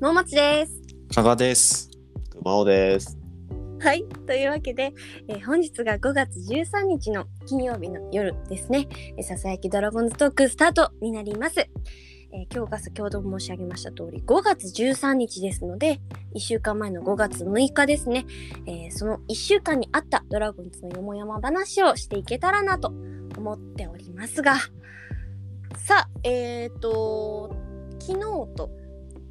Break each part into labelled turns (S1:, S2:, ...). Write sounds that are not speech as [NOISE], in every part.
S1: 能町です
S2: 加賀です。
S3: 熊尾です。
S1: はいというわけで、えー本日が5月13日の金曜日の夜ですねえーささやきドラゴンズトークスタートになります、えー今日が先ほど申し上げました通り5月13日ですので1週間前の5月6日ですね、えーその1週間にあったドラゴンズのよもやま話をしていけたらなと思っておりますがさあえっ、と昨日と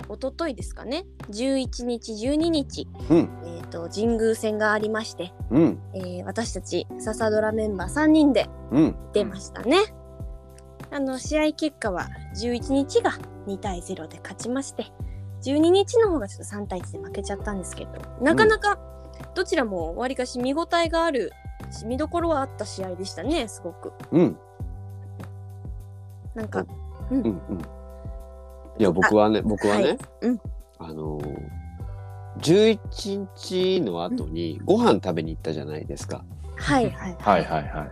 S1: 一昨日ですかね11日12日
S3: うん、
S1: えー、と神宮戦がありまして、
S3: うん、
S1: えー私たち笹ドラメンバー3人で
S3: うん、
S1: 出ましたね。あの試合結果は11日が2対0で勝ちまして12日の方がちょっと3対1で負けちゃったんですけどなかなかどちらもわりかし見応えがあるし見どころはあった試合でしたねすごく。
S3: うん、
S1: なんか、
S3: うん、うん。いや、僕はね、僕はね、
S1: はいうん
S3: あのー、11日の後にご飯食べに行ったじゃないですか。
S1: はい
S3: [LAUGHS]
S1: はい
S2: はいはいは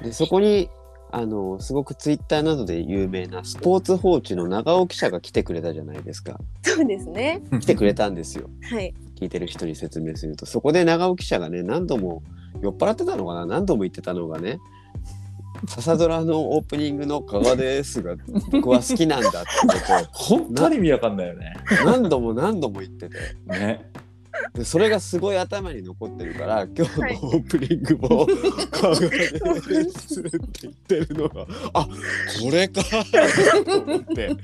S2: い。
S3: で、そこに、あのーすごくツイッターなどで有名なスポーツ報知の長尾記者が来てくれたじゃないですか。
S1: そうですね。
S2: 来
S3: 来てくれたんですよ。
S1: はい、
S3: 聞いてる人に説明するとそこで長尾記者がね何度も酔っ払ってたのかな何度も言ってたのがね「笹ドラのオープニングの加賀です」が僕は好きなんだってこ
S2: 本当に意味わかんないよね。
S3: とを何度も何度も言ってて
S2: ね。
S3: でそれがすごい頭に残ってるから今日
S1: はい
S3: のオープニングも「加賀です」って言ってるのがあこれかと思って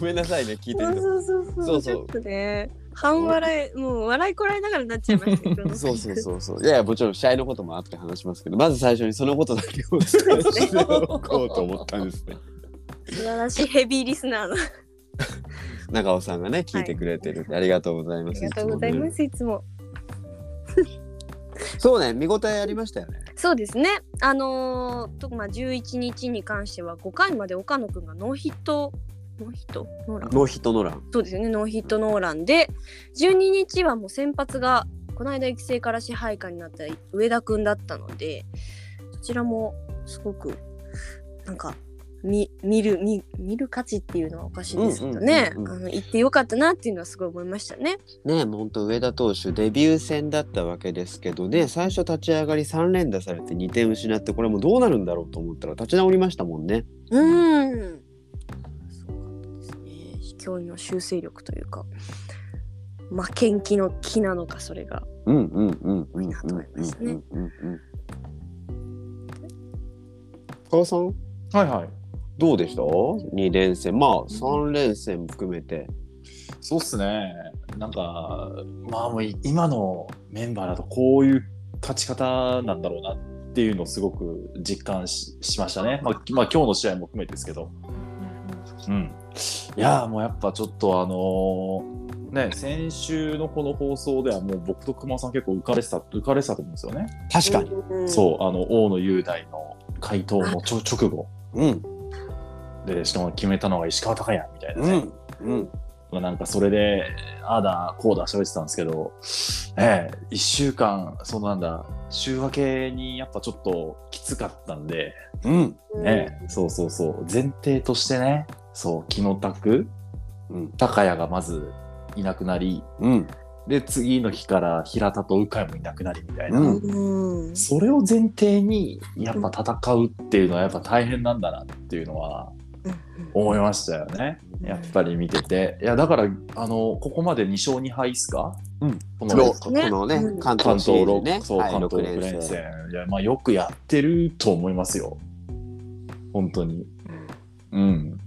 S3: ごめんなさいね聞いて
S1: そう
S3: る
S1: そうそうそう
S3: そうそう
S1: ちょっとね半笑いもう笑いこらえながらになっちゃいましたけど
S3: [LAUGHS] そうそうそうそう。いやいや、もちろん試合のことも後で話しますけど、まず最初にそのことだけをお伝えしておこうと思ったんですね。
S1: 素晴らしいヘビーリスナーの
S3: 長尾さんがね、聞いてくれてるんで、ありがとうござい
S1: あ
S3: ま
S1: り
S3: す。
S1: がとうございます、いつも。
S3: す。そうね、見応えありましたよね。
S1: そうですね、あのー、とまあ11日に関しては5回まで岡野くんがノーヒット、ノーヒットノーラン
S3: ノーヒットノーラン。
S1: そうですよね、ノーヒットノーランで、12日はもう先発が、この間育成から支配下になった上田くんだったので、そちらもすごく、なんか、見見る見見る価値っていうのはおかしいですけどね、
S3: うんうんうんうん
S1: あの行ってよかったなっていうのはすごい思いましたね。
S3: ね、もう本当上田投手、デビュー戦だったわけですけどね、最初立ち上がり3連打されて2点失って、これもうどうなるんだろうと思ったら立ち直りましたもんね。
S1: うん。すごかったですね。脅威の修正力というか、まあ、研究の木なのか、それが。
S3: うんうんうんうんうんうん
S1: なと思いましたね
S3: うんうん。加賀さん
S2: はいはい。
S3: どうでした二連戦まあ三連戦含めて
S2: そうっすね。なんか、まあもうい今のメンバーだとこういう勝ち方なんだろうなっていうのをすごく実感ししましたね。まあ、まあ今日の試合も含めてですけど。うん。いやーもうやっぱちょっとあのーね、先週のこの放送ではもう僕と熊尾さん結構浮かれてた、浮かれてたと思うんですよね。
S3: 確かに
S1: うん
S2: そう、あの、大野雄大の回答のちょ直後
S3: うん
S2: で、しかも決めたのが石川隆也みたいな
S3: う
S2: ね。
S3: んうん
S2: まあなんかそれで、ああだ、こうだ、喋ってたんですけど、ええ、一週間、そのなんだ、週明けにやっぱちょっときつかったんで、
S3: うん
S1: うん
S2: ね、そうそうそう、前提としてね、そう、木の拓、
S3: うん
S2: 高谷がまずいなくなり、
S3: うん
S2: で、次の日から平田と鵜飼もいなくなりみたいな。
S3: うん
S1: うん
S2: それを前提にやっぱ戦うっていうのはやっぱ大変なんだなっていうのは思いましたよね
S1: うん
S2: やっぱり見てていやだからあのここまで2勝2敗っすか、
S3: うん、
S2: こ
S3: この
S2: の
S3: こ
S1: ね
S3: のね
S1: うん
S3: 関
S2: 関
S3: 東シリー
S2: 東
S3: ズ
S2: 六
S3: ね
S2: そう
S3: はい
S2: 関東
S3: 六
S2: 6連
S3: 連
S2: 戦
S3: 戦
S2: いや、まあ、よくやってると思いますよ本当にうん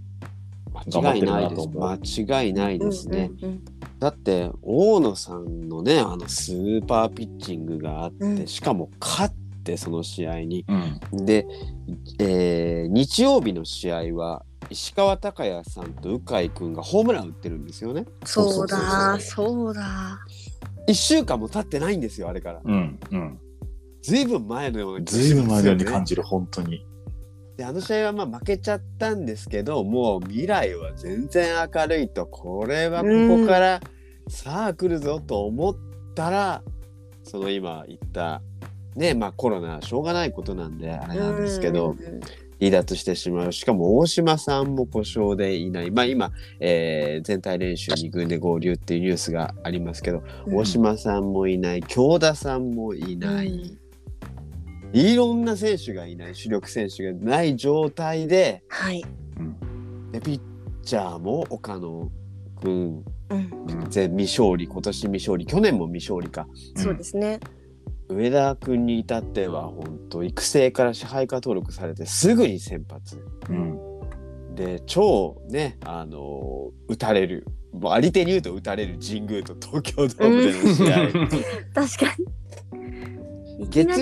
S3: 間違いないで
S2: 頑張ってるなと
S3: す
S2: 思
S3: 間違いないですね。
S1: うんうん
S3: だって大野さんのねあのスーパーピッチングがあっ
S1: うん
S3: てしかも勝ってその試合に
S2: うん
S3: でえー日曜日の試合は石川昂弥さんと鵜飼君がホームラン打ってるんですよね。
S1: そうだ、そうだ。
S3: 1週間も経ってないんですよあれから。
S2: うんうん
S3: ずいぶん前のように
S2: ずいぶん前のように感じる本当に
S3: であの試合はまあ負けちゃったんですけどもう未来は全然明るいとこれはここからさあ来るぞと思ったら、その今言ったねまあコロナしょうがないことなんであれなんですけど、
S1: うん
S3: 離脱してしまうしかも大島さんも故障でいないまあ今、えー全体練習2軍で合流っていうニュースがありますけど、
S1: うん
S3: 大島さんもいない京田さんもいない、
S1: うん
S3: いろんな選手がいない主力選手がない状態で
S1: はい。
S3: でピッチャーも岡野君
S1: うん。
S2: うん
S3: 全未勝利今年未勝利去年も未勝利か
S1: そうですね。
S3: 上田君に至っては本当育成から支配下登録されてすぐに先発
S2: うん
S3: で超ねあの打たれるもうあり手に言うと打たれる神宮と東京ドームでの試合、
S1: 確かに。
S3: [LAUGHS] 月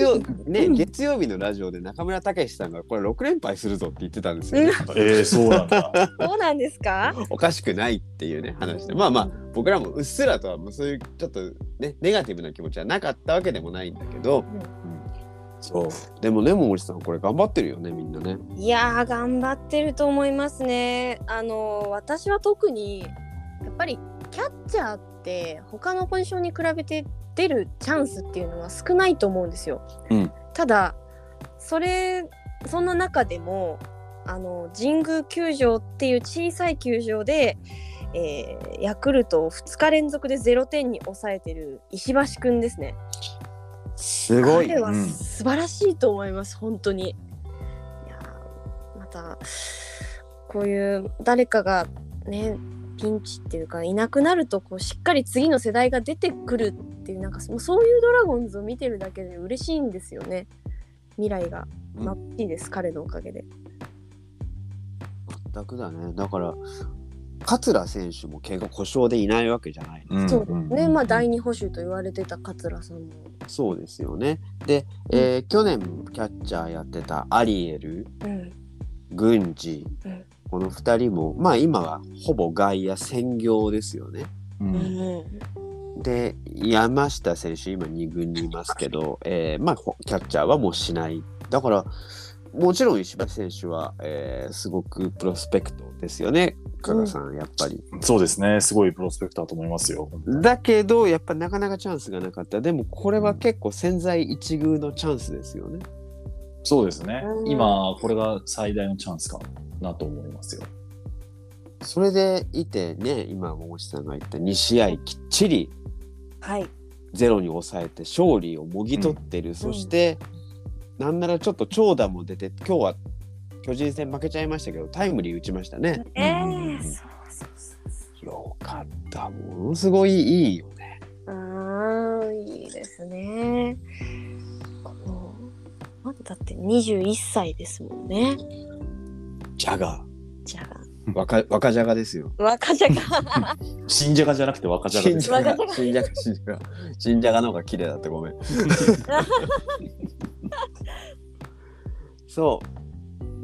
S1: [LAUGHS]
S3: 曜
S1: いきなり
S3: ね
S1: うん
S3: 月曜日のラジオで中村武史さんがこれ6連敗するぞって言ってたんですよ、ね、
S2: えー、そうなんだ。
S1: そうなんですか。
S3: おかしくないっていうね話でまあまあ僕らもうっすらとはもうそういうちょっとねネガティブな気持ちはなかったわけでもないんだけど、
S1: うん
S3: そうでもねももちさんこれ頑張ってるよねみんなね
S1: いやー頑張ってると思いますね。あのー私は特にやっぱりキャッチャーって他のポジションに比べて出るチャンスっていうのは少ないと思うんですよ。
S2: うん
S1: ただそれそんな中でもあの神宮球場っていう小さい球場で、えーヤクルトを2日連続で0点に抑えてる石橋くんですね。
S3: すごい
S1: 彼は
S2: うん
S1: 素晴らしいと思います、本当に。いやーまたこういう誰かがねピンチっていうかいなくなるとこうしっかり次の世代が出てくるっていうなんかもうそういうドラゴンズを見てるだけで嬉しいんですよね未来が
S3: うん
S1: まっちいです、彼のおかげで。
S3: 全くだねだから桂選手も怪我故障でいないわけじゃない
S2: うん
S1: そうですね、
S2: うん
S1: まあ第二捕手と言われてた桂さんも、
S3: そうですよねで、えー去年キャッチャーやってたアリエル
S1: うん、
S3: 郡司、
S1: うん
S3: この2人もまあ今はほぼ外野専業ですよね
S2: うん
S3: で山下選手今2軍にいますけど、えーまあほキャッチャーはもうしないだからもちろん石橋選手は、えーすごくプロスペクトですよね加賀さんやっぱり、
S2: そうですね。すごいプロスペクターと思いますよ。
S3: だけどやっぱなかなかチャンスがなかったでもこれは結構千載一遇のチャンスですよね
S2: そうですね
S1: う。ん
S2: 今、これが最大のチャンスかなと思いますよ。
S3: それでいてね今桃地さんが言った2試合きっちり
S1: はい
S3: ゼロに抑えて勝利をもぎ取ってる、そして、なんならちょっと長打も出て今日は巨人戦負けちゃいましたけどタイムリー打ちましたね、
S1: ええ
S2: うん
S1: そうそうそう
S3: よかったものすごいいいよね
S1: ああいいですね。このまだだって21歳ですもんね。
S3: ジャガ
S1: じゃ
S3: ー若若ジャガですよ
S1: あ若者が
S2: 新じゃがじゃなくて若じゃが
S3: 新
S2: です
S3: ジ
S1: 若
S3: ャガ新ジャガ新ジャガ新ジャガの方が綺麗だったご
S2: [LAUGHS]
S3: めんそ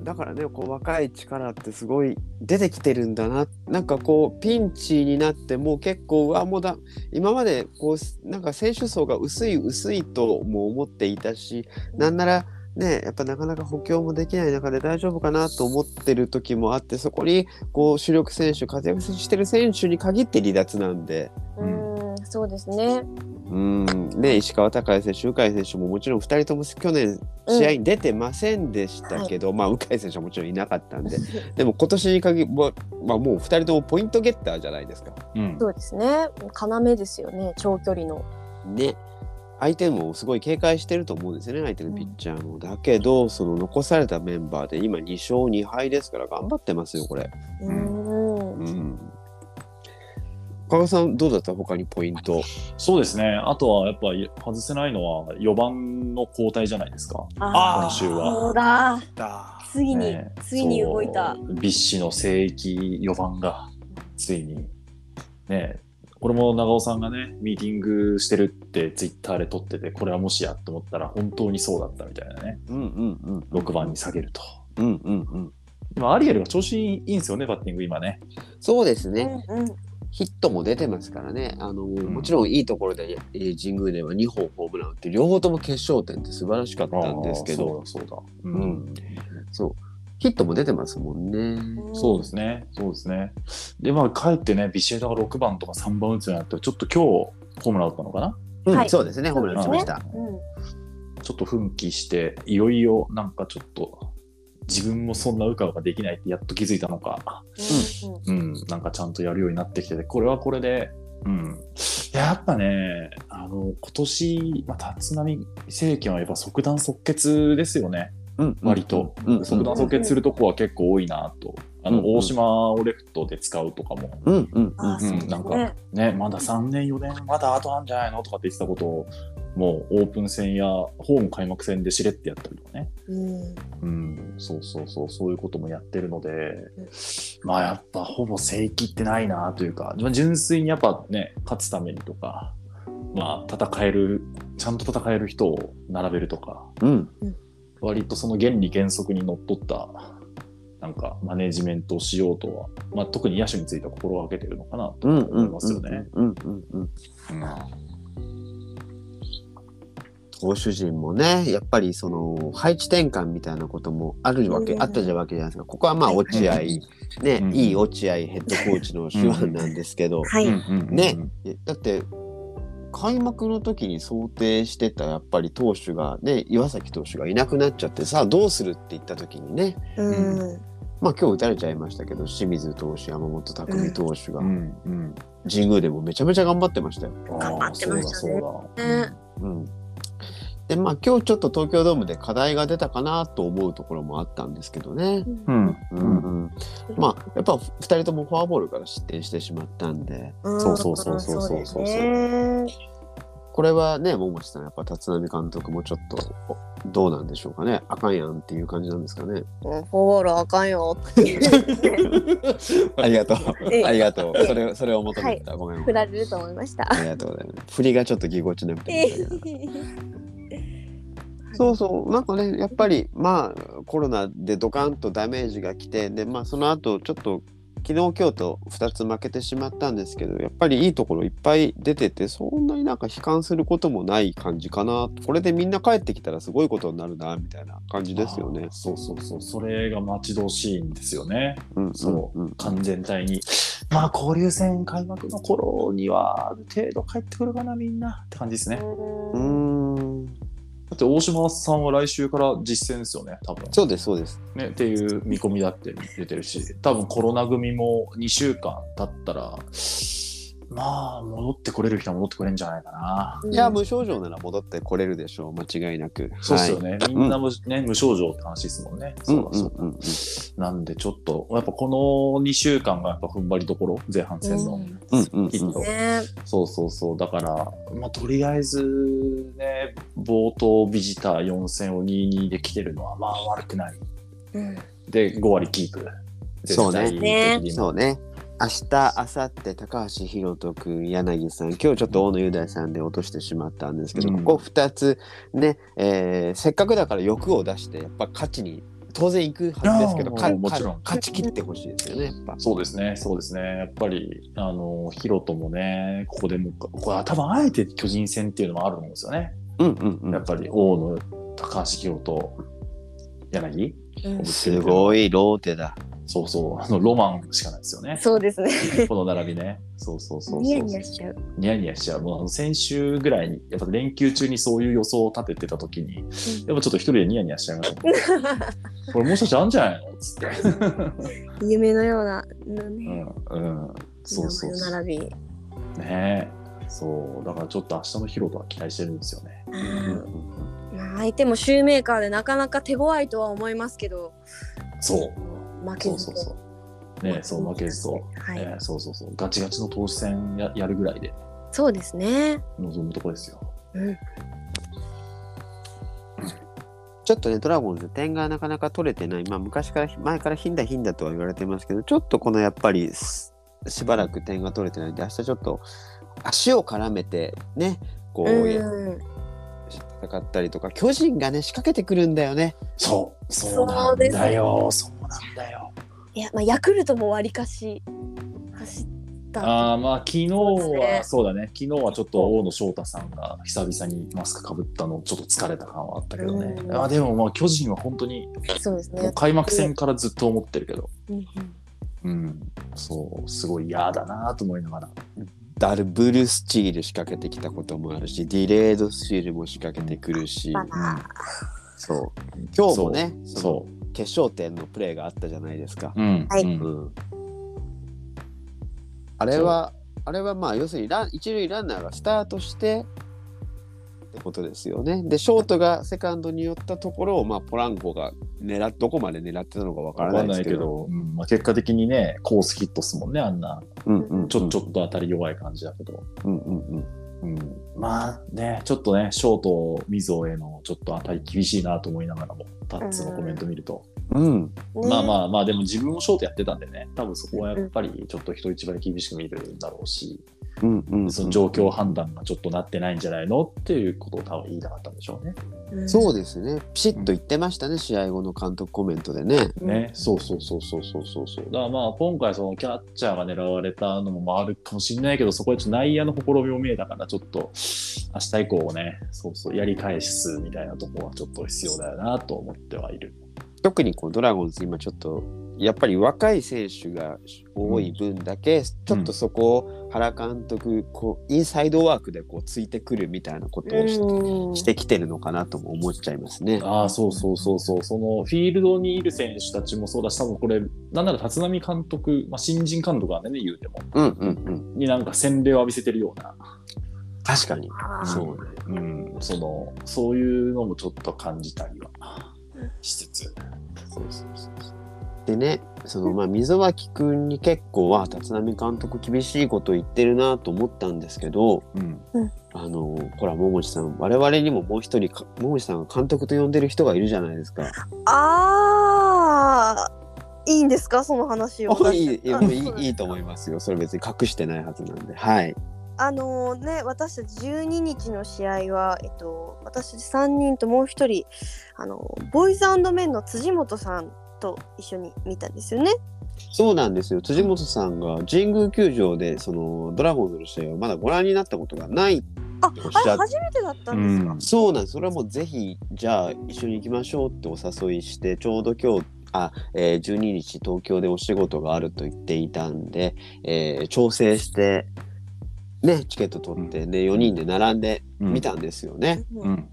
S3: うだからねこう若い力ってすごい出てきてるんだななんかこうピンチになってもう結構うわもうだ今までこうなんか選手層が薄い薄いとも思っていたしなんならねやっぱなかなか補強もできない中で大丈夫かなと思ってる時もあってそこにこう主力選手活躍してる選手に限って離脱なんで。
S1: うーんそうですね。
S3: うんね、石川昂弥選手、鵜飼選手ももちろん2人とも去年試合に出てませんでしたけど、まあ鵜飼選手はもちろんいなかったんででも今年に限り、ままあ、もう2人ともポイントゲッターじゃないですか。
S2: うん
S1: そうですね。要ですよね長距離の。
S3: ね相手もすごい警戒してると思うんですよね相手のピッチャーも。だけどその残されたメンバーで今2勝2敗ですから頑張ってますよこれ。
S1: う
S2: う
S1: ーん
S3: うん加賀さんどうだった他にポイント。
S2: そうですね。あとはやっぱり外せないのは4番の交代じゃないですか。
S1: あ
S3: ー
S2: 今週は。
S1: そうだついに、
S2: ね
S1: ついに動いた。。
S2: そうビッシュの聖域4番がついに。ねこれも長尾さんがね、ミーティングしてるってツイッターで撮ってて、これはもしやと思ったら本当にそうだったみたいなね。
S3: うんうんうん
S2: 6番に下げると。
S3: うんうんうん。
S2: でもアリエルが調子いいんですよね、バッティング今ね。
S3: そうです
S1: う
S3: ね。
S1: んうん
S3: ヒットも出てますからね、あの
S2: ん
S3: もちろんいいところで、えー神宮では2本ホームラン打って、両方とも決勝点って素晴らしかったんですけど、
S2: あーそうだそうだ。
S3: う
S2: うんん。
S3: そうヒットも出てますもんね。
S2: そうですね、そうですね。で、まあ、かえってね、ビシエドが6番とか3番打つようになって、ちょっと今日、ホームラン打ったのかな
S3: うん
S1: はい
S3: そうですね、ホームラン打ちました。
S1: うん
S2: ちょっと奮起して、いよいよなんかちょっと、自分もそんなうかうかできないってやっと気づいたのか、
S4: うんうん
S2: うん、なんかちゃんとやるようになってきてて、これはこれで、うん、やっぱね、あの、今年、まあ、立浪政権はやっぱ即断即決ですよね、
S3: うん
S2: 割と。
S3: うん
S2: 即断即決するとこは結構多いなと。あ
S3: うん
S2: の、大島をレフトで使うとかも、
S3: うんうん
S4: あー
S2: うん
S4: そうです
S2: なん
S4: ね
S2: かね、まだ3年、4年、まだ後あんじゃないのとかって言ってたことを、もうオープン戦やホーム開幕戦でしれってやったりとかね、
S4: うん
S2: うん、そうそうそう、そういうこともやってるので、まあやっぱほぼ正規ってないなというか、まあ純粋にやっぱね、勝つためにとか、まあ戦える、ちゃんと戦える人を並べるとか、
S3: うん
S2: 割とその原理原則にのっとった、なんかマネジメントをしようとは、まあ特に野手については心がけてるのかなと
S3: うん
S2: 思いますよね。
S3: うんうんうん
S2: うん
S3: 投手陣もねやっぱりその配置転換みたいなこともあるわけ、
S4: うん
S3: あったじゃわけじゃないですかここはまあ落合、
S2: はい
S3: ね、
S2: うん
S3: いい落合ヘッドコーチの手腕なんですけど、
S4: はい、
S3: ねえだって開幕の時に想定してたやっぱり投手がね岩崎投手がいなくなっちゃってさあどうするって言った時にね
S4: うん
S3: まあ今日打たれちゃいましたけど清水投手山本拓海投手が
S2: うんうん。
S3: 神宮でもめちゃめちゃ頑張ってましたよ。
S4: 頑張ってましたね
S2: そうだ
S4: ね
S3: うん、でまあ今日ちょっと東京ドームで課題が出たかなと思うところもあったんですけどね。
S2: そうだ。うん。
S3: うんうん、まあやっぱ2人ともフォアボールから失点してしまったんで
S4: うん
S2: そうそうそうそうそうそう
S4: そうですね
S3: これはね桃地さんやっぱ立浪監督もちょっとおどうなんでしょうかねあかんやんっていう感じなんですかね。
S1: うんフォロールあかん
S2: [LAUGHS]
S1: よ
S3: [LAUGHS] ありがとう
S4: ええ
S3: ありがとうそれそれを求めてた、ごめん
S1: 振られると思いま
S2: [LAUGHS]
S1: した。
S3: ありがとうございます。振りがちょっとぎこちなくて申し訳ない。そうそうなんかねやっぱりまあコロナでドカンとダメージが来てでまあその後ちょっと昨日今日と2つ負けてしまったんですけどやっぱりいいところいっぱい出ててそんなになんか悲観することもない感じかなこれでみんな帰ってきたらすごいことになるなみたいな感じですよね。
S2: そうそうそう。それが待ち遠しいんですよね。
S3: うん
S2: そ
S3: うんうん
S2: 完全体に。まあ交流戦開幕の頃にはある程度帰ってくるかなみんなって感じですね。だ
S3: うーん
S2: って大島さんは来週から実践ですよね。多分。
S3: そうですそうです。
S2: ねっていう見込みだって出てるし、多分コロナ組も2週間経ったら。まあ戻ってこれる人は戻ってこれるんじゃないかな。
S3: いや無症状なら戻ってこれるでしょう間違いなく。
S2: そうですよ
S3: はい
S2: ね、みんな無,、ね、無症状って話ですもんね。そうだそうだ、
S3: うんうんうんうん
S2: なんでちょっと、やっぱこの2週間がやっぱ踏ん張りどころ、前半戦の。
S3: うんうんうん
S2: きっと
S4: ね
S2: そうそうそう、だから、まあ、とりあえずね、冒頭ビジター4戦を2-2で来てるのは、まあ悪くない。
S4: うん
S2: で、5割キープ。
S3: そうね
S2: 絶対的に
S3: そうね。明日、明後日、高橋宏斗君、柳さん、今日ちょっと大野雄大さんで落としてしまったんですけど、
S2: うん
S3: ここ2つね、えーせっかくだから欲を出して、やっぱ勝ちに、当然行くはずですけど、
S2: いやー
S3: か
S2: もうもちろん
S3: か勝ち切ってほしいですよね、やっぱ。
S2: そうですね、そうですね。やっぱり、あの、ヒロトもね、ここでもう、ここは多分あえて巨人戦っていうのもあると思うんですよね。
S3: うんうんう
S2: やっ
S3: ん。
S2: ぱり、大野、高橋ヒロト、柳
S4: うん
S3: すごいローテだ。
S2: そうそう、あのロマンしかないですよね。
S1: そうですね。
S2: この並びね。そうそうそうそう。
S4: ニヤニヤしちゃう [LAUGHS]
S2: ニヤニヤしちゃう。もうあの先週ぐらいに、やっぱ連休中にそういう予想を立ててた時に、やっぱちょっと一人でニヤニヤしちゃいました
S4: [LAUGHS]
S2: ね、これもしかしてあんじゃないのつって。
S4: 夢のようなの
S2: う
S4: ね
S2: ん、うん。そうそう
S4: 名前
S2: そ
S4: の
S2: う。
S4: 並び
S2: ねえそう。だからちょっと明日のヒロとは期待してるんですよね。
S4: あ
S3: うん
S4: ーまあ相手もシューメーカーでなかなか手強いとは思いますけど
S2: そう。
S4: 負け
S2: そ
S4: ず
S2: う
S4: と
S2: そうそう。ねえそう負けずと。
S4: はい、
S2: ええそうそうそう。ガチガチの投手戦ややるぐらいで
S4: そうですね
S2: 望むとこですよ。
S4: うん
S3: ちょっとね、ドラゴンズ点がなかなか取れてない、まあ、昔から、前からひんだひんだとは言われてますけど、ちょっとこのやっぱりす、しばらく点が取れてないんで、明日ちょっと足を絡めて、ね、こう、
S4: うん
S3: 戦ったりとか、巨人がね、仕掛けてくるんだよね。
S2: そう。そうなんだよ。そうなんだよ。
S4: いやまあヤクルトもわりかし走った
S2: あーまあ昨日
S4: そうですね
S2: はそうだね昨日はちょっと大野翔太さんが久々にマスクかぶったのちょっと疲れた感はあったけどね、
S4: うん
S2: あーでもまあ巨人は本当に
S4: そうです
S2: もう
S4: ね、
S2: 開幕戦からずっと思ってるけど、
S4: うんうん、
S2: うん、そうすごい嫌だなと思いながら
S3: ダルブルスチール仕掛けてきたこともあるし、ディレードスチールも仕掛けてくるし、
S4: あら
S3: そう。今日もね、
S2: そう
S3: そ
S2: そ
S3: の決勝点のプレーがあったじゃないですか。
S2: うん。
S1: はい
S2: うん
S3: うんあれはあれはまあ要するにラン一塁ランナーがスタートしてってことですよね。でショートがセカンドに寄ったところを、まあ、ポランコが狙っどこまで狙ってたのかわか
S2: わ
S3: らな
S2: か
S3: んいで
S2: な
S3: す
S2: い
S3: け
S2: け
S3: ど
S2: ど、うんまあ、結果的にね、コースヒットっすもんね、あんな。
S3: うんうん
S2: ちょちょっと当たり弱い感じだけど。
S3: うんうんうん
S2: うん、まあね、ちょっとね、ショート、溝へのちょっと当たり厳しいなと思いながらも、タッツのコメント見ると、
S3: うん
S2: まあまあまあ、でも自分もショートやってたんでね、多分そこはやっぱりちょっと人一倍厳しく見るんだろうし、
S3: うんうん
S2: その状況判断がちょっとなってないんじゃないのっていうことを多分言いたかったんでしょうね。
S4: うん
S3: そうですねピシッと言ってましたね、試合後の監督コメントでね。
S2: ね、そうそうそうそうそうそうそう。だからまあ今回そのキャッチャーが狙われたのもあるかもしれないけど、そこはちょっと内野のほころびも見えたから、ちょっと明日以降をね、そうそうやり返すみたいなところはちょっと必要だよなと思ってはいる。
S3: 特にこうドラゴンズ今ちょっとやっぱり若い選手が多い分だけ、ちょっとそこを原監督こうインサイドワークでこうついてくるみたいなことをし,、
S1: うん
S3: てきてるのかなとも思っちゃいますね。
S2: ああ、そうそうそうそう。そのフィールドにいる選手たちもそうだし、多分これ、なんなら立浪監督、まあ、新人監督はね、言うても、
S3: うんうんうん、
S2: になんか洗礼を浴びせてるような。
S3: 確かに
S4: あー
S2: そうね。うん。その、そういうのもちょっと感じたりはしつつ。そうそうそうそう。
S3: でねそのまあ溝脇君に結構は立浪監督厳しいこと言ってるなと思ったんですけど
S2: うん。
S3: あのほら桃地さん我々にももう一人か桃地さんが監督と呼んでる人がいるじゃないですか。
S1: あーいいんですかその話を。
S3: あいいいい
S1: あ
S3: もういいいいと思いますよ。それ別に隠してないはずなんで。はい。
S1: あのね私たち12日の試合は、えっと、私たち3人ともう一人あのボーイズメンの辻元さんと一緒に見たんですよね。
S3: そうなんですよ。辻元さんが神宮球場でそのドラゴンズの試合をまだご覧になったことがない。
S1: あ
S3: どうし
S1: あ
S3: た
S1: れ初めてだったんですか、
S3: そうなんです。それはもうぜひじゃあ一緒に行きましょうってお誘いしてちょうど今日あ、えー12日東京でお仕事があると言っていたんで、えー調整して。ね、チケット取って、ね、4人で並んで
S2: うん
S3: 見。たんですよね。
S2: う
S1: うん
S2: ん。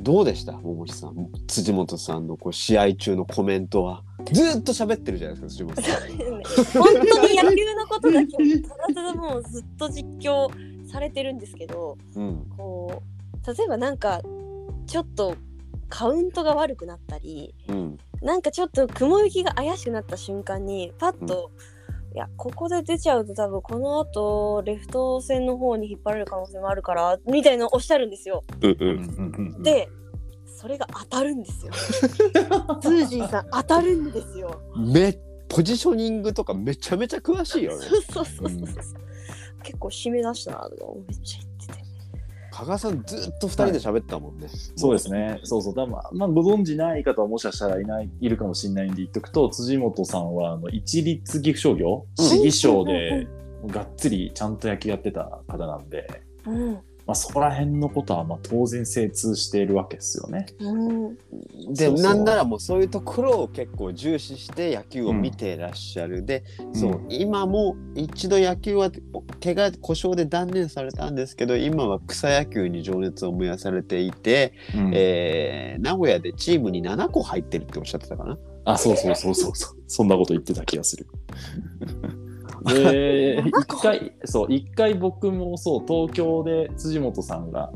S3: どうでした桃地さん辻元さんのこう試合中のコメントはずーっと喋ってるじゃないですか辻元さ
S4: [LAUGHS]
S3: ん。
S4: 本当に野球のことだけただただもうずっと実況されてるんですけど
S2: [LAUGHS]
S3: うん
S4: こう例えばなんかちょっとカウントが悪くなったり
S3: うん
S4: なんかちょっと雲行きが怪しくなった瞬間にパッと、いやここで出ちゃうと多分この後レフト線の方に引っ張られる可能性もあるからみたいなのをおっしゃるんですよ。
S3: うんう
S2: うん
S3: ん
S2: うん。
S4: でそれが当たるんです
S2: [LAUGHS]
S4: よ。ツージーさん当たるんですよ。
S3: めポジショニングとかめちゃめちゃ詳しいよね。
S4: そうそうそうそう。結構締め出したなとかめっちゃ言ってて。
S3: 加賀さんずーっと二人で喋ってたもんね。
S2: そうですね。そうそう。多分まあ、ご存知ない方はもしかしたらいない、いるかもしれないんで言っとくと、辻本さんは、あの、一律岐阜商業、
S3: うん
S2: 市議賞で、がっつりちゃんと野球やってた方なんで、
S4: うん
S2: まあ、そこら辺のことは、まあ、当然精通しているわけですよね。
S4: うん、
S3: で
S2: そうそ
S3: な
S2: う
S3: んならもうそういうところを結構重視して野球を見てらっしゃる、で、そう
S2: うん
S3: 今も一度野球は怪我故障で断念されたんですけど今は草野球に情熱を燃やされていて、
S2: うん
S3: えー名古屋でチームに7個入ってるっておっしゃってたかな。
S2: あ、そうそうそうそうそう。そんなこと言ってた気が [LAUGHS] する。で、一回、そう、一回僕もそう、東京で辻元さんが、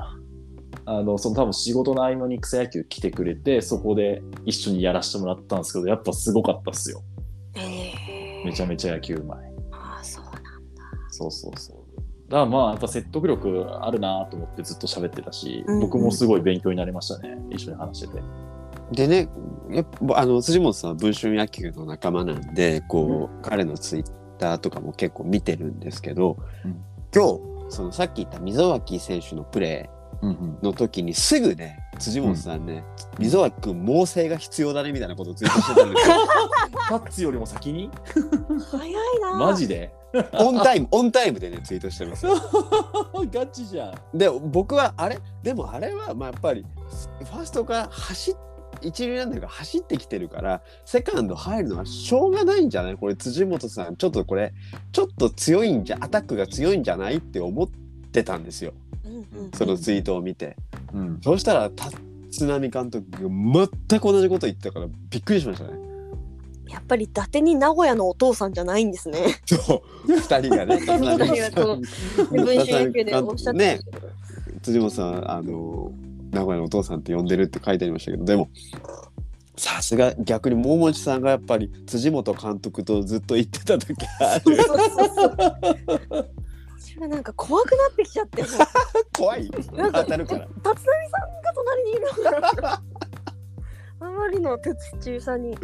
S2: あの、その多分仕事の合間に草野球来てくれて、そこで一緒にやらせてもらったんですけど、やっぱすごかったっすよ。めちゃめちゃ野球うまい。
S4: ああそうなん
S2: そうそうそう。だからまあ、やっぱ説得力あるなと思ってずっと喋ってたし
S4: うんう、ん
S2: 僕もすごい勉強になりましたね。一緒に話してて。
S3: でねやっぱあの辻本さんは文春野球の仲間なんでこう、彼のツイッターとかも結構見てるんですけど、
S2: うん
S3: 今日そのさっき言った溝脇選手のプレ
S2: うんうん。
S3: ーの時にすぐね辻本さんね、溝脇君猛省が必要だねみたいなことをツイートしてたんです
S2: [LAUGHS]
S3: よ
S2: タッツよりも先に
S4: 早いな。
S2: マジで
S3: オンタイムオンタイムでねツイートしてます
S2: [LAUGHS] ガチじゃん。
S3: で僕はあれでもあれはまあやっぱりファーストから走っ一塁ランナーが走ってきてるからセカンド入るのはしょうがないんじゃないこれ辻本さんちょっとこれちょっと強いんじゃアタックが強いんじゃないって思ってたんですよ
S4: うんうん
S3: そのツイートを見て、
S2: うん。
S3: そうしたらた津波監督が全く同じこと言ってたからびっくりしましたね。
S1: やっぱり伊達に名古屋のお父さんじゃないんですね。
S3: そう2人がね
S1: 二人がこう文春野球でおっしゃって
S3: ね辻本さんあの名古屋のお父さんって呼んでるって書いてありましたけどでもさすが逆に桃地さんがやっぱり辻本監督とずっと言ってた時ある
S1: 私がなんか怖くなってきち
S3: [LAUGHS]
S1: ゃって、もう
S3: [LAUGHS] 怖い
S1: なんか
S3: 当たるから
S1: 立浪さんが隣にいる [LAUGHS] のかな。あまりの鉄中さに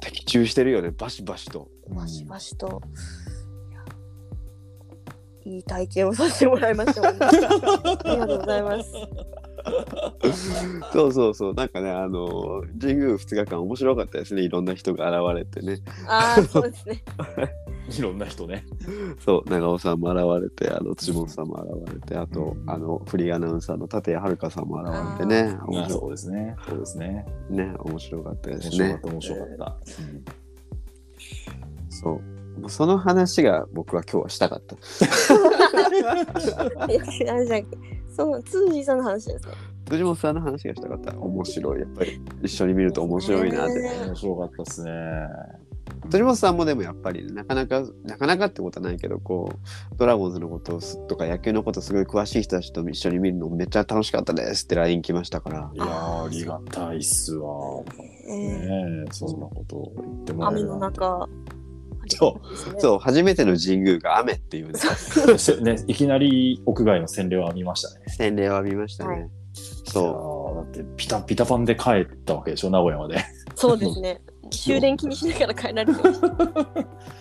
S3: 的中してるよねバシバシと。
S1: バシバシと、いやいい体験をさせてもらいま
S3: [LAUGHS]
S1: した。本当にありがとうございます。
S3: そうそうそうなんかねあの神宮2日間面白かったですねいろんな人が現れてね
S1: あ
S3: [LAUGHS]
S1: あ、そうですね。
S2: いろんな人ね。
S3: そう長尾さんも現れてあの辻本さんも現れてあと、
S2: うん
S3: あのフリーアナウンサーの立谷遥さんも現れてね面白
S2: そうですね。そうですね。
S3: ね面白かったで
S2: 面
S3: す
S2: 白かっ
S3: ね。
S2: た、面白かった。うん
S3: そうもうその話が僕は今日はしたかった。
S1: いや違うじゃんその通ーさんの話ですね。
S3: 辻本さんの話がしたかった。面白いやっぱり一緒に見ると面白いなって。
S2: 面白かったですね。
S3: 辻本さんもでもやっぱりなかなかなかなかってことはないけどこうドラゴンズのことをすとか野球のことすごい詳しい人たちと一緒に見るのめっちゃ楽しかったですって LINE 来ましたから。
S2: いやー、ありがたいっすわ。
S1: え
S2: ねえ、そんなことを言って
S1: ー
S2: もらえ
S1: 雨
S2: る
S1: の
S2: なんて
S1: 中。
S3: そ
S1: ですね
S3: そう初めての神宮が雨っていうね [LAUGHS]
S2: [LAUGHS] せね、いきなり屋外の洗礼は見ましたね。
S3: 洗礼を浴びましたね。
S1: は
S3: そう
S2: う。だってピタピタパンで帰ったわけでしょ、名古屋まで。
S1: そうですね。終電気にしながら帰られてま
S3: [LAUGHS]
S1: した。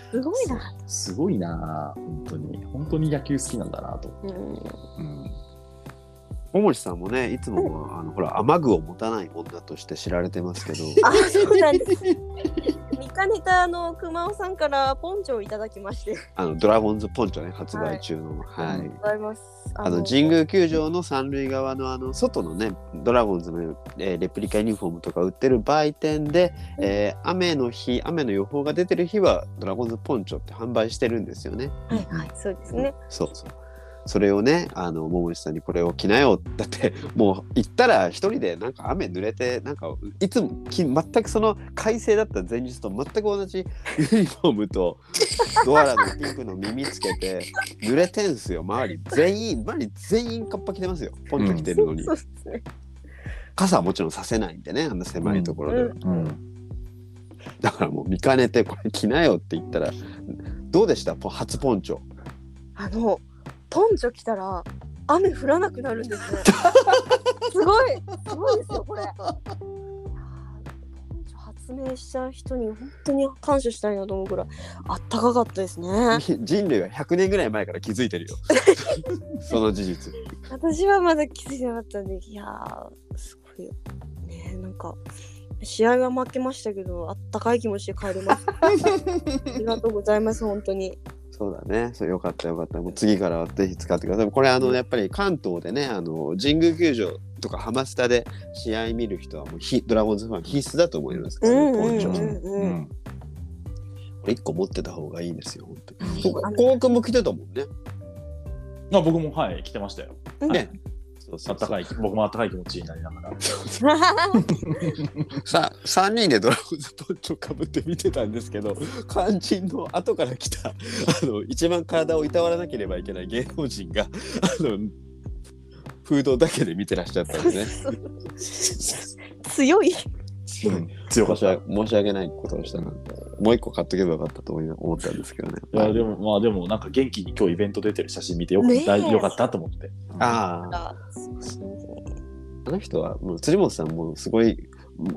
S1: すごいな。
S2: すごいなー本当に。本当に野球好きなんだなと。
S1: うん、
S2: うん。
S3: 桃地さんもねいつもはあのほら雨具を持たない女として知られてますけど。
S1: あ、 [LAUGHS] そうなんです。見かねたあの熊尾さんからポンチョをいただきまして。
S3: あのドラゴンズポンチョね発売中の、はい
S2: うん
S1: ございます。
S3: [LAUGHS] あの神宮球場の三塁側のあの外のねドラゴンズの、えーレプリカユニフォームとか売ってる売店で、えー雨の日雨の予報が出てる日はドラゴンズポンチョって販売してるんですよね。
S1: はいはい、そうですね。
S3: そうそうそれをねあの桃地さんにこれを着なよだって [LAUGHS] もう行ったら一人でなんか雨濡れてなんかいつもき全くその快晴だった前日と全く同じ [LAUGHS] ユニフォームとドアラのピンクの耳つけて濡れてんすよ周り全員周り全員カッパ着てますよポンチョ着てるのに、
S1: [LAUGHS] そうですね。
S3: 傘はもちろんさせないんでねあんな狭いところで、
S1: うん
S2: うん。
S3: だからもう見かねてこれ着なよって言ったらどうでしたポ初ポンチョ
S1: あのポンチョ来たら雨降らなくなるんです
S2: [LAUGHS]
S1: ね。すごいすごいですよこれ。いやーポンチョ発明した人に本当に感謝したいなと思うぐらいあったかかったですね。
S3: 人類は100年ぐらい前から気づいてる
S1: [LAUGHS]
S3: よその事実
S1: 私はまだ気づいてなかったんでいやーすごいよねえなんか試合は負けましたけどあったかい気持ちで帰れ
S2: [LAUGHS]
S1: ますありがとうございます本当に
S3: そうだねそうよかったよかったもう次からはぜひ使ってくださいこれあのやっぱり関東でねあの神宮球場とかハマスタで試合見る人はもうひドラゴンズファン必須だと思いますからねポンチョ
S1: う
S3: は
S1: んうん
S2: うん。
S3: これ1個持ってた方がいいですよ本当に
S1: うん
S3: ここくんも来てたもんね
S2: あ僕もはい、来てましたよ。
S3: ねそう
S2: あ
S3: そう
S2: ったかい、僕もあったかい気持ちになりながら。
S3: さ3人でドラゴンズポンチョかぶって見てたんですけど肝心の後から来たあの一番体をいたわらなければいけない芸能人があのフードだけで見てらっしゃったんですね。
S1: [LAUGHS] 強い
S2: うん強
S3: 申
S2: かっ。
S3: した
S2: い
S3: 訳申し訳ないことをしたなもう一個買っとけばよかったと思い思ったんですけどね。
S2: や、でも、まあでも、なんか元気に今日イベント出てる写真見てよか
S1: ねえ
S2: った、よかったと思って。
S3: ああ
S1: あすごいね
S3: あの人はもう辻本さんもすごい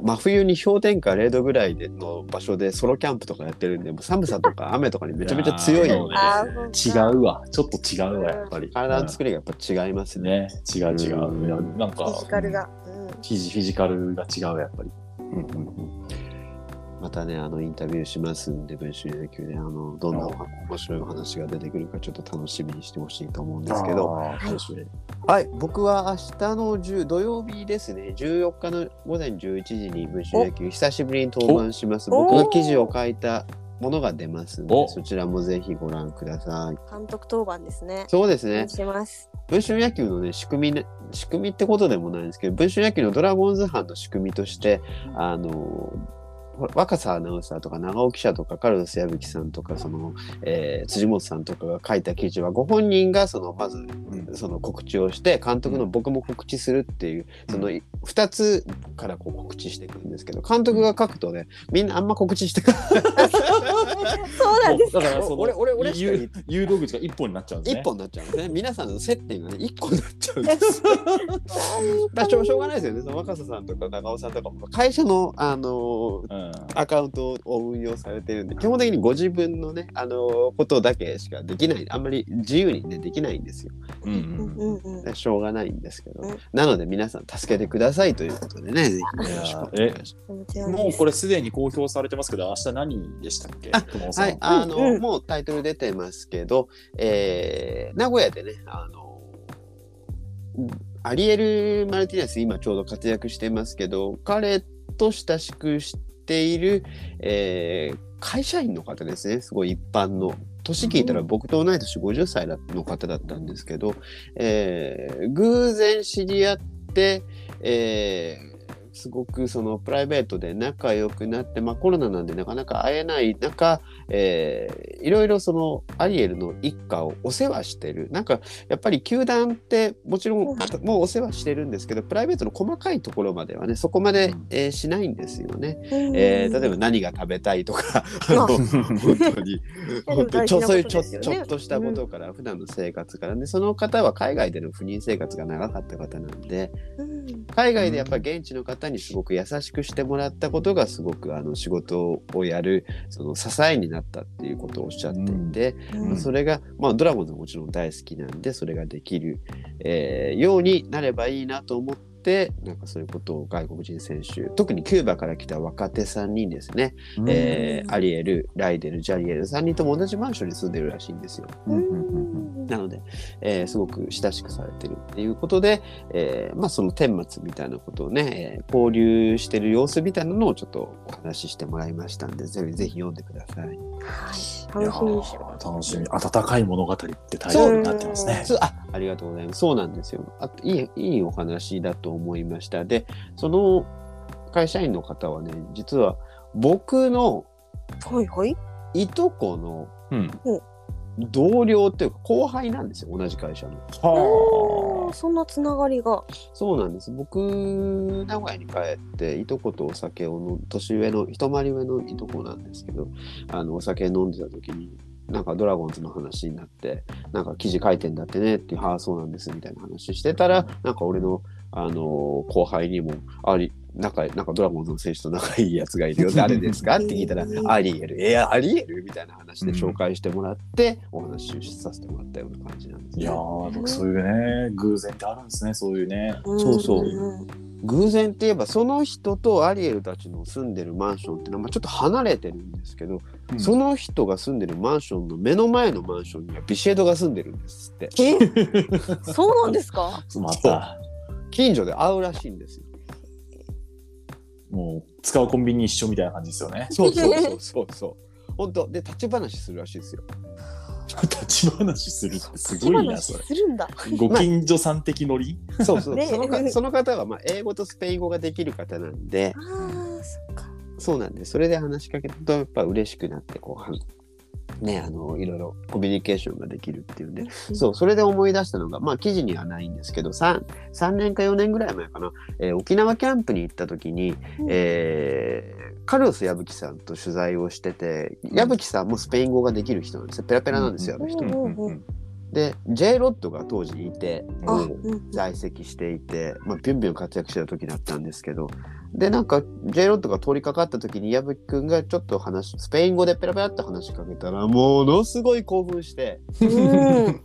S3: 真冬に氷点下0度ぐらいでの場所でソロキャンプとかやってるんでもう寒さとか雨とかにめちゃめちゃ強い
S2: やーそう
S1: あ
S2: ですね
S1: ー
S2: 違うわ、ちょっと違うわ、やっぱり。
S3: 体の
S2: つ
S3: 作りがやっぱ違いますね。
S2: ね、違う違う。
S3: うん
S2: いやなんか、
S1: フィジカルが、うん、
S2: フィジ。フィジカルが違う、やっぱり。うんうんうん
S3: またね、あの、インタビューしますんで、文春野球で、あの、どんなお話面白いお話が出てくるか、ちょっと楽しみにしてほしいと思うんですけど、
S2: あー楽しみ
S3: はい、僕は明日の10、土曜日ですね、14日の午前11時に文春野球、久しぶりに登板します。
S1: お
S3: 僕の記事を書いたものが出ますんで、
S2: お
S3: そちらもぜひご覧ください。
S1: 監督当番ですね
S3: そうです
S1: お願
S3: ね
S1: い、します [LAUGHS]
S3: 文春野球のね仕組みね仕組みってことでもないんですけど文春野球のドラゴンズ班の仕組みとしてあのほら若狭アナウンサーとか長尾記者とかカルロス矢吹さんとかその、えー辻本さんとかが書いた記事はご本人がそのまず
S2: うん
S3: その告知をして監督の僕も告知するっていうその2つからこう告知していくんですけど監督が書くとねみんなあんま告知してくれない。
S1: そうなんです
S2: だからその
S3: 俺俺俺しか言っ
S2: 誘誘導口が一本になっちゃうんです
S3: 一
S2: ね。
S3: 本になっちゃうんですね。皆さんの接点がね、一個になっちゃうんです。まあ、しょうしょうがないですよね。その若狭さんとか長尾さんとかも会社の、あの
S2: うん
S3: アカウントを運用されてるんで、基本的にご自分のね、あのことだけしかできない。あんまり自由にね、できないんですよ。
S2: うんうん
S1: うん [LAUGHS] うん
S3: しょうがないんですけど
S1: うん。
S3: なので皆さん助けてくださいということでね、ぜひよろしくお願いします。
S1: 気持ち悪い
S2: もうこれすでに公表されてますけど、明日何でしたっけ、熊尾さん。
S3: はい、あの、
S1: うん
S3: もうタイトル出てますけど、えー名古屋でね、あの、アリエル・マルティネス、今ちょうど活躍してますけど、彼と親しくしている、えー会社員の方ですね、すごい一般の。年聞いたら僕と同い年50歳の方だったんですけど、えー偶然知り合って、えーすごくそのプライベートで仲良くなって、まあ、コロナなんでなかなか会えない中、えーいろいろそのアリエルの一家をお世話してるなんかやっぱり球団ってもちろんもうお世話してるんですけどプライベートの細かいところまではねそこまで、えーしないんですよね。えー例えば何が食べたいとかあの本当に
S1: や
S3: 本当にち
S1: でも大事
S3: ょ
S1: な
S3: そういう
S1: こ
S3: ち
S1: とで
S3: ょ
S1: すよね
S3: ちょっとしたことから、普段の生活からねその方は海外での不妊生活が長かった方なんで、
S1: うん
S3: 海外でやっぱり現地の方にすごく優しくしてもらったことがすごくあの仕事をやるその支えになったっていうことをおっしゃっていて、
S1: うん
S3: それが、まあ、ドラゴンズももちろん大好きなんでそれができる、えーようになればいいなと思ってなんかそういうことを外国人選手特にキューバから来た若手3人ですね、
S2: うん
S3: えーアリエルライデルジャリエル3人とも同じマンションに住んでるらしいんですよ。
S2: うんうんうんうん
S3: なので、えーすごく親しくされてるっていうことで、えーまあ、その顛末みたいなことをね、えー交流してる様子みたいなのをちょっとお話ししてもらいましたんで、ぜひぜひ読んでください。
S1: 楽しみにして
S2: いやー楽しみ温かい物語ってタイトルになってますね。
S3: そうあありがとうございます。そうなんですよ。あいいいいお話だと思いました。で、その会社員の方はね、実は僕の
S1: ほいほい。
S3: いとこの
S2: うん、
S3: 同僚っていうか後輩なんですよ、同じ会社の。
S1: お
S2: は
S1: ーそんなつながりが。
S3: そうなんです。僕、名古屋に帰って、いとことお酒を飲む、年上の、一回り上のいとこなんですけど、あの、お酒飲んでた時に、なんかドラゴンズの話になって、なんか記事書いてんだってねっていう、ああ、そうなんですみたいな話してたら、なんか俺の、あのー後輩にも、あり、仲、なんかドラゴンズの選手と仲いいやつがいるよ、誰ですかって聞い
S2: [LAUGHS]
S3: たら、アリエル、えや、アリエルみたいな話で紹介してもらって、お話をさせてもらったような感じなんです、
S2: い。
S3: ね。
S2: いやー僕そういうね偶然ってあるんですねそういうね。
S3: そうそうん
S1: ん
S3: 偶然って言えばその人とアリエルたちの住んでるマンションっていうのはまあちょっと離れてるんですけど、その人が住んでるマンションの目の前のマンションにはビシエドが住んでるんですって
S1: えそうなんですか
S2: また
S3: 近所で会うらしいんですよ。
S2: もう使うコンビニ一緒みたいな感じですよね。
S3: そうそうそうそうそう本当で立ち話するらしいですよ。
S2: 立ち話するってすごいなそれ
S1: 立ち話。するんだ。
S2: ご近所さん的ノリ。
S3: そうそう、
S1: ね
S3: そのかその方はまあ英語とスペイン語ができる方なんで
S1: ああ、そっか。
S3: そうなんでそれで話しかけるとやっぱ嬉しくなってこうはねあのいろいろコミュニケーションができるっていうんでそう、それで思い出したのが、まあ記事にはないんですけど、3, 3年か4年ぐらい前かな、えー沖縄キャンプに行った時に、
S1: うん
S3: えーカルロス矢吹さんと取材をしてて、
S2: ん
S3: 矢吹さんもスペイン語ができる人なんですよ。ペラペラなんですよ、あの人。
S1: うんうんうん
S3: で、J ロッドが当時いて、
S1: あ、
S3: う
S1: うんん。
S3: 在籍していて、まあ、ビュンビュン活躍してた時だったんですけどでなんか J ロッドが通りかかった時に矢吹君がちょっと話スペイン語でペラペラって話しかけたらものすごい興奮して
S1: うん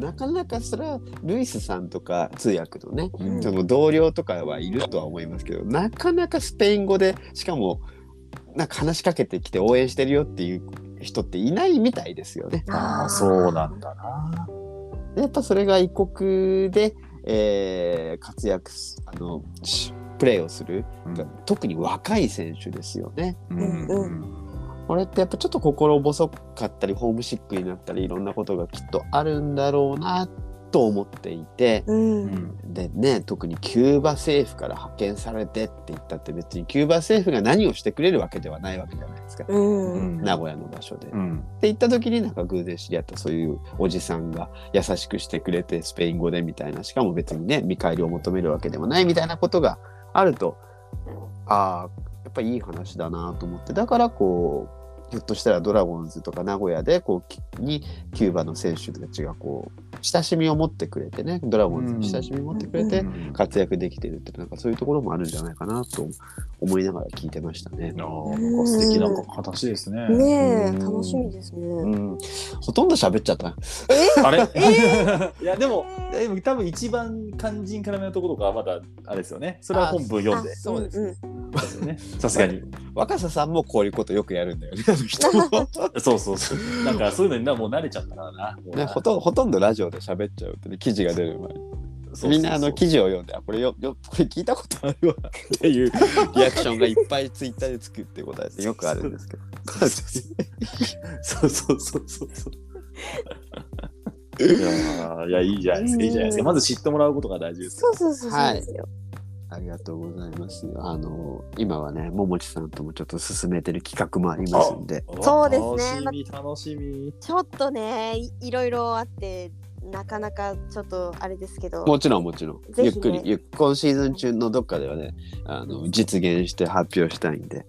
S3: なかなかそれはルイスさんとか通訳のね、
S2: うん
S3: その同僚とかはいるとは思いますけどなかなかスペイン語でしかもなんか話しかけてきて応援してるよっていう人っていないみたいですよね。
S2: ああそうなんだな。
S3: でやっぱそれが異国で、えー活躍すあのしプレーをする、特に若い選手ですよね。
S2: うんうん
S3: これってやっぱちょっと心細かったりホームシックになったりいろんなことがきっとあるんだろうなっと思っていて
S1: うん
S2: うん
S3: でね特にキューバ政府から派遣されてって言ったって別にキューバ政府が何をしてくれるわけではないわけじゃないですか、
S1: うんうん
S3: 名古屋の場所で。
S2: うん
S3: って行った時になんか偶然知り合ったそういうおじさんが優しくしてくれてスペイン語でみたいなしかも別にね見返りを求めるわけでもないみたいなことがあるとああやっぱいい話だなと思ってだからこうひょっとしたらドラゴンズとか名古屋でこうきにキューバの選手たちがこう親しみを持ってくれてねドラゴンズに親しみを持ってくれ
S2: う
S3: て
S2: ん
S3: 活躍できてるってなんかそういうところもあるんじゃないかなと思いながら聞いてましたね
S2: い。やーなんか素敵な形ですね。
S1: ねえ
S3: うん
S1: 楽しみですね。
S3: うん、ほとんど喋っちゃった
S2: あれ、 [LAUGHS] いやでもでも多分一番肝心からめのところがまだあれですよね。それは本文読んで
S3: あそうですね
S1: ん
S2: ですよね。 [LAUGHS] さすがに。
S3: 若狭さんもこういうことよくやるんだよね、あの [LAUGHS] 人も
S2: そうそうそう。なんかそういうのになもう慣れちゃったからな。もう
S3: ね
S2: な
S3: ほとんほとんどラジオで喋っちゃうってね、記事が出る前に。
S2: そうそうそう
S3: みんなあの記事を読んで、あこれよよこれ聞いたことあるわって
S2: [LAUGHS]
S3: いうリアクションがいっぱいツイッターでつくってことはよくあるんですけど。
S2: そうそうそうそうそうそう。いやーいやいいじゃないですかいいじゃないですかまず知ってもらうことが大事ですよ
S1: そうそうそうそうですよ。
S3: ありがとうございます。あの、今はね、ももちさんともちょっと進めてる企画もありますんで。
S1: そうですね
S2: 楽しみ楽しみ
S1: ちょっとねいいろいろあってなかなかちょっとあれですけど。
S3: もちろんもちろん、
S1: ぜ
S3: ゆ
S1: ひね
S3: っくりゆっ今シーズン中のどっかではねあの実現して発表したいんで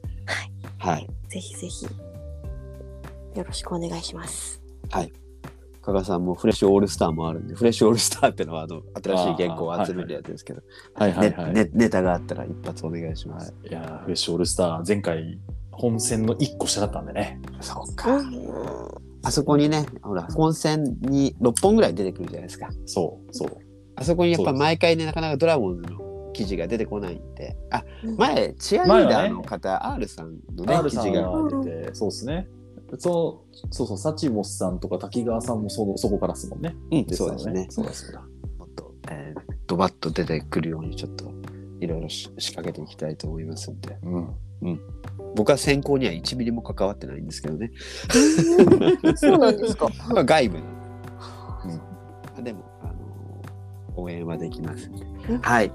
S3: はい、はい、
S1: ぜひぜひよろしくお願いします。
S3: 加賀さんもフレッシュオールスターもあるんでフレッシュオールスターってのはあの新しい原稿を集めるやつですけど、
S2: はいはい
S3: ね
S2: はい、
S3: ねネタがあったら一発お願いします、
S2: いやーフレッシュオールスター前回本戦の一個下だったんでね
S3: そう
S1: う
S3: か
S1: ん
S3: あそこにねほら本戦に6本ぐらい出てくるじゃないですか
S2: そうそう
S3: あそこにやっ
S2: そ
S3: ぱ
S2: うです
S3: 毎回ねなかなかドラゴンズの記事が出てこないんであ前チアリ
S2: 前
S3: ー
S2: は
S3: ダ
S2: ね
S3: ーの方、R さんのね
S2: R
S3: 記
S2: さん
S3: 事が
S2: が出てそうですねそうそうそうサチモスさんとか滝川さんもそのそこからですもんね
S3: うんそうですね
S2: そうですね
S3: もっと、えードバッと出てくるようにちょっといろいろし仕掛けていきたいと思いますんで
S2: うん
S3: 僕は選考には1ミリも関わってないんですけどね、
S1: [LAUGHS] そうなんですか。
S3: まあ、外部の、あでも、あの応援はできますんで
S1: うん
S3: はい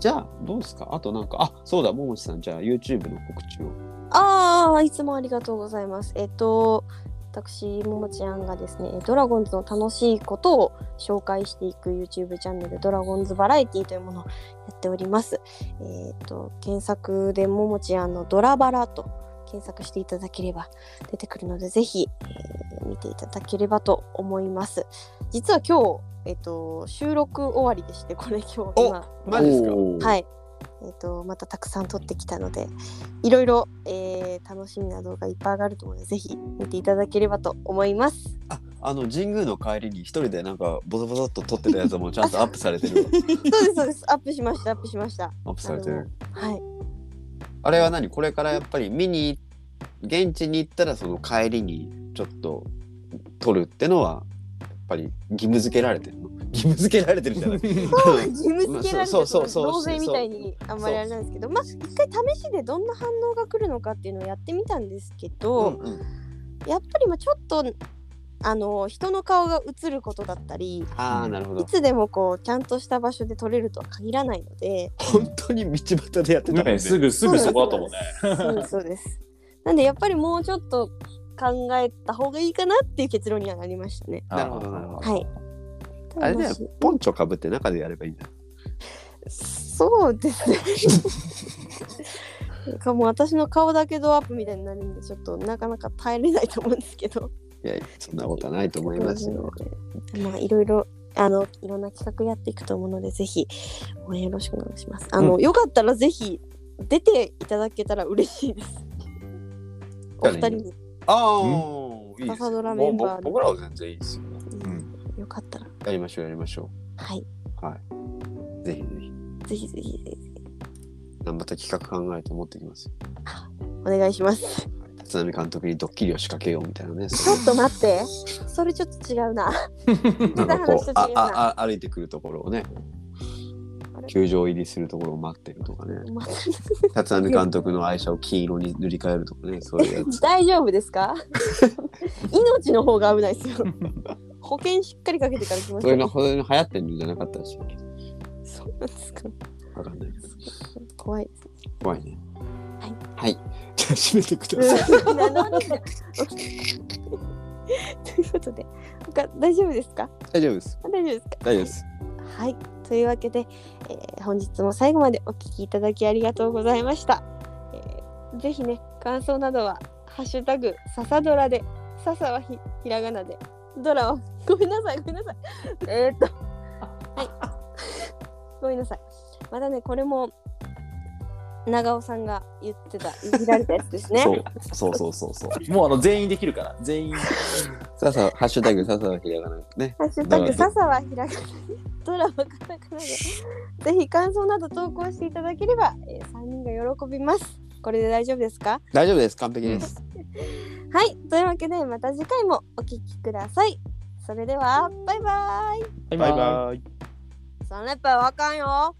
S3: じゃあどうですかあとなんかあそうだ桃地さんじゃあ YouTube の告知を
S1: ああいつもありがとうございます。えっと私ももちゃんがですねドラゴンズの楽しいことを紹介していく YouTube チャンネルドラゴンズバラエティというものをやっております。えっと検索でももちゃんのドラバラと検索していただければ出てくるのでぜひ、えー見ていただければと思います。実は今日えっと収録終わりでしてこれ今日
S3: お
S1: 今
S3: マジですか
S2: は
S1: はいい。えっ、と、またたくさん撮ってきたので、いろいろ、えー楽しみな動画いっぱい上がると思うので、ぜひ見ていただければと思います。
S3: ああの神宮の帰りに一人でなんかボソボソっと撮ってたやつもちゃんとアップされて
S1: [LAUGHS]
S3: るわ
S1: そうです、そう [LAUGHS] です。アップしました、アップしました。
S3: アップされてる
S1: はい。
S3: あれは何これからやっぱり見に現地に行ったらその帰りにちょっと撮るってのはやっぱり義務付けられてるの [LAUGHS] 義務付けられてるじゃない
S1: 義務付けられて
S3: そう
S1: る
S3: そうそう
S1: 納税みたいにあんまりあれなんですけど、まあ、一回試しでどんな反応が来るのかっていうのをやってみたんですけ
S3: う
S1: ど、
S3: んうん
S1: やっぱりまあちょっと、あの人の顔が映ることだったり
S3: ああなるほ
S1: い
S3: ど
S1: つでもこうちゃんとした場所で撮れるとは限らないので、
S3: [LAUGHS] 本当に道端でやってたもんね
S2: ね、すぐすぐそこだと思うね
S1: そうですそうです。なんでやっぱりもうちょっと考えた方がいいかなっていう結論にはなりましたね。
S3: なるほどなるほど
S1: はい。
S3: あれだよポンチョかぶって中でやればいいんだ
S1: そうですね。 [LAUGHS] なんかもう私の顔だけドアップみたいになるんでちょっとなかなか耐えれないと思うんですけど。
S3: いやそんなことはないと思いますよ
S1: まあいろいろあのいろんな企画やっていくと思うのでぜひ応援よろしくお願いします。あの、よかったらぜひ出ていただけたら嬉しいです。お二人に
S3: ああいいです
S1: 朝ドラ
S3: よ
S1: メ
S3: ぼ
S1: ンバーで
S3: ぼ僕らは全然いいですよ
S2: ん
S1: よかったら、
S3: やりましょうやりましょ
S1: はい、
S3: うはいぜひぜひ
S1: ぜひぜひぜひ
S3: また企画考えて持ってきますよ
S1: お願いします。
S3: 立浪監督にドッキリを仕掛けようみたいな [LAUGHS] ね
S1: ちょっと待って、それちょっと違うな。
S3: [LAUGHS] なんかこ
S1: 聞
S3: う
S1: いた話と
S3: あ
S1: 違うな
S3: ああ歩いてくるところをね
S1: あれ
S3: 球場入りするところを待ってるとかね
S1: ま
S3: 立浪監督の愛車を金色に塗り替える
S1: [LAUGHS]
S3: とかねそういうやつ
S1: 大丈夫ですか？命の方が危ないですよ。保険しっかりかけてから来まし
S3: そうい
S1: た
S3: うの
S1: ね。
S3: そういうの流行ってるんじゃなかったらしいっけ
S1: そうなんですか。
S3: わかんないけど
S1: 怖い。 [LAUGHS]
S3: 怖いね
S1: はい
S3: はいじゃあ閉めてください
S1: 7人だ。 [LAUGHS] ということで、他大丈夫ですか
S3: 大丈夫です
S1: 大丈夫ですか
S3: 大丈夫です
S1: はい。というわけで、えー本日も最後までお聞きいただきありがとうございました。えーぜひね、感想などは、ハッシュタグ、ささドラで、ささはひひらがなで、ドラは、 [LAUGHS] ごめんなさい、ごめんなさい。えーっと、はい。ごめんなさい。またね、これも、長尾さんが言ってた、いじられたやつです
S2: [LAUGHS]
S1: ね。
S2: そうそうそうそうそう。もうあの全員できるから全員。
S3: さあさあハッシュタグさあさあひらがなね
S1: ハッシュタ
S3: どう
S1: グ
S3: ぞ
S1: 笹はひらがなドラマカタカナでぜひ感想など投稿していただければ、えー、3人が喜びますこれで大丈夫ですか
S3: 大丈夫です完璧です
S1: はいというわけでまた次回もお聞きくださいそれではバイバーイ
S2: バイ
S3: バイ
S2: イ。
S1: 3連敗はあかんよ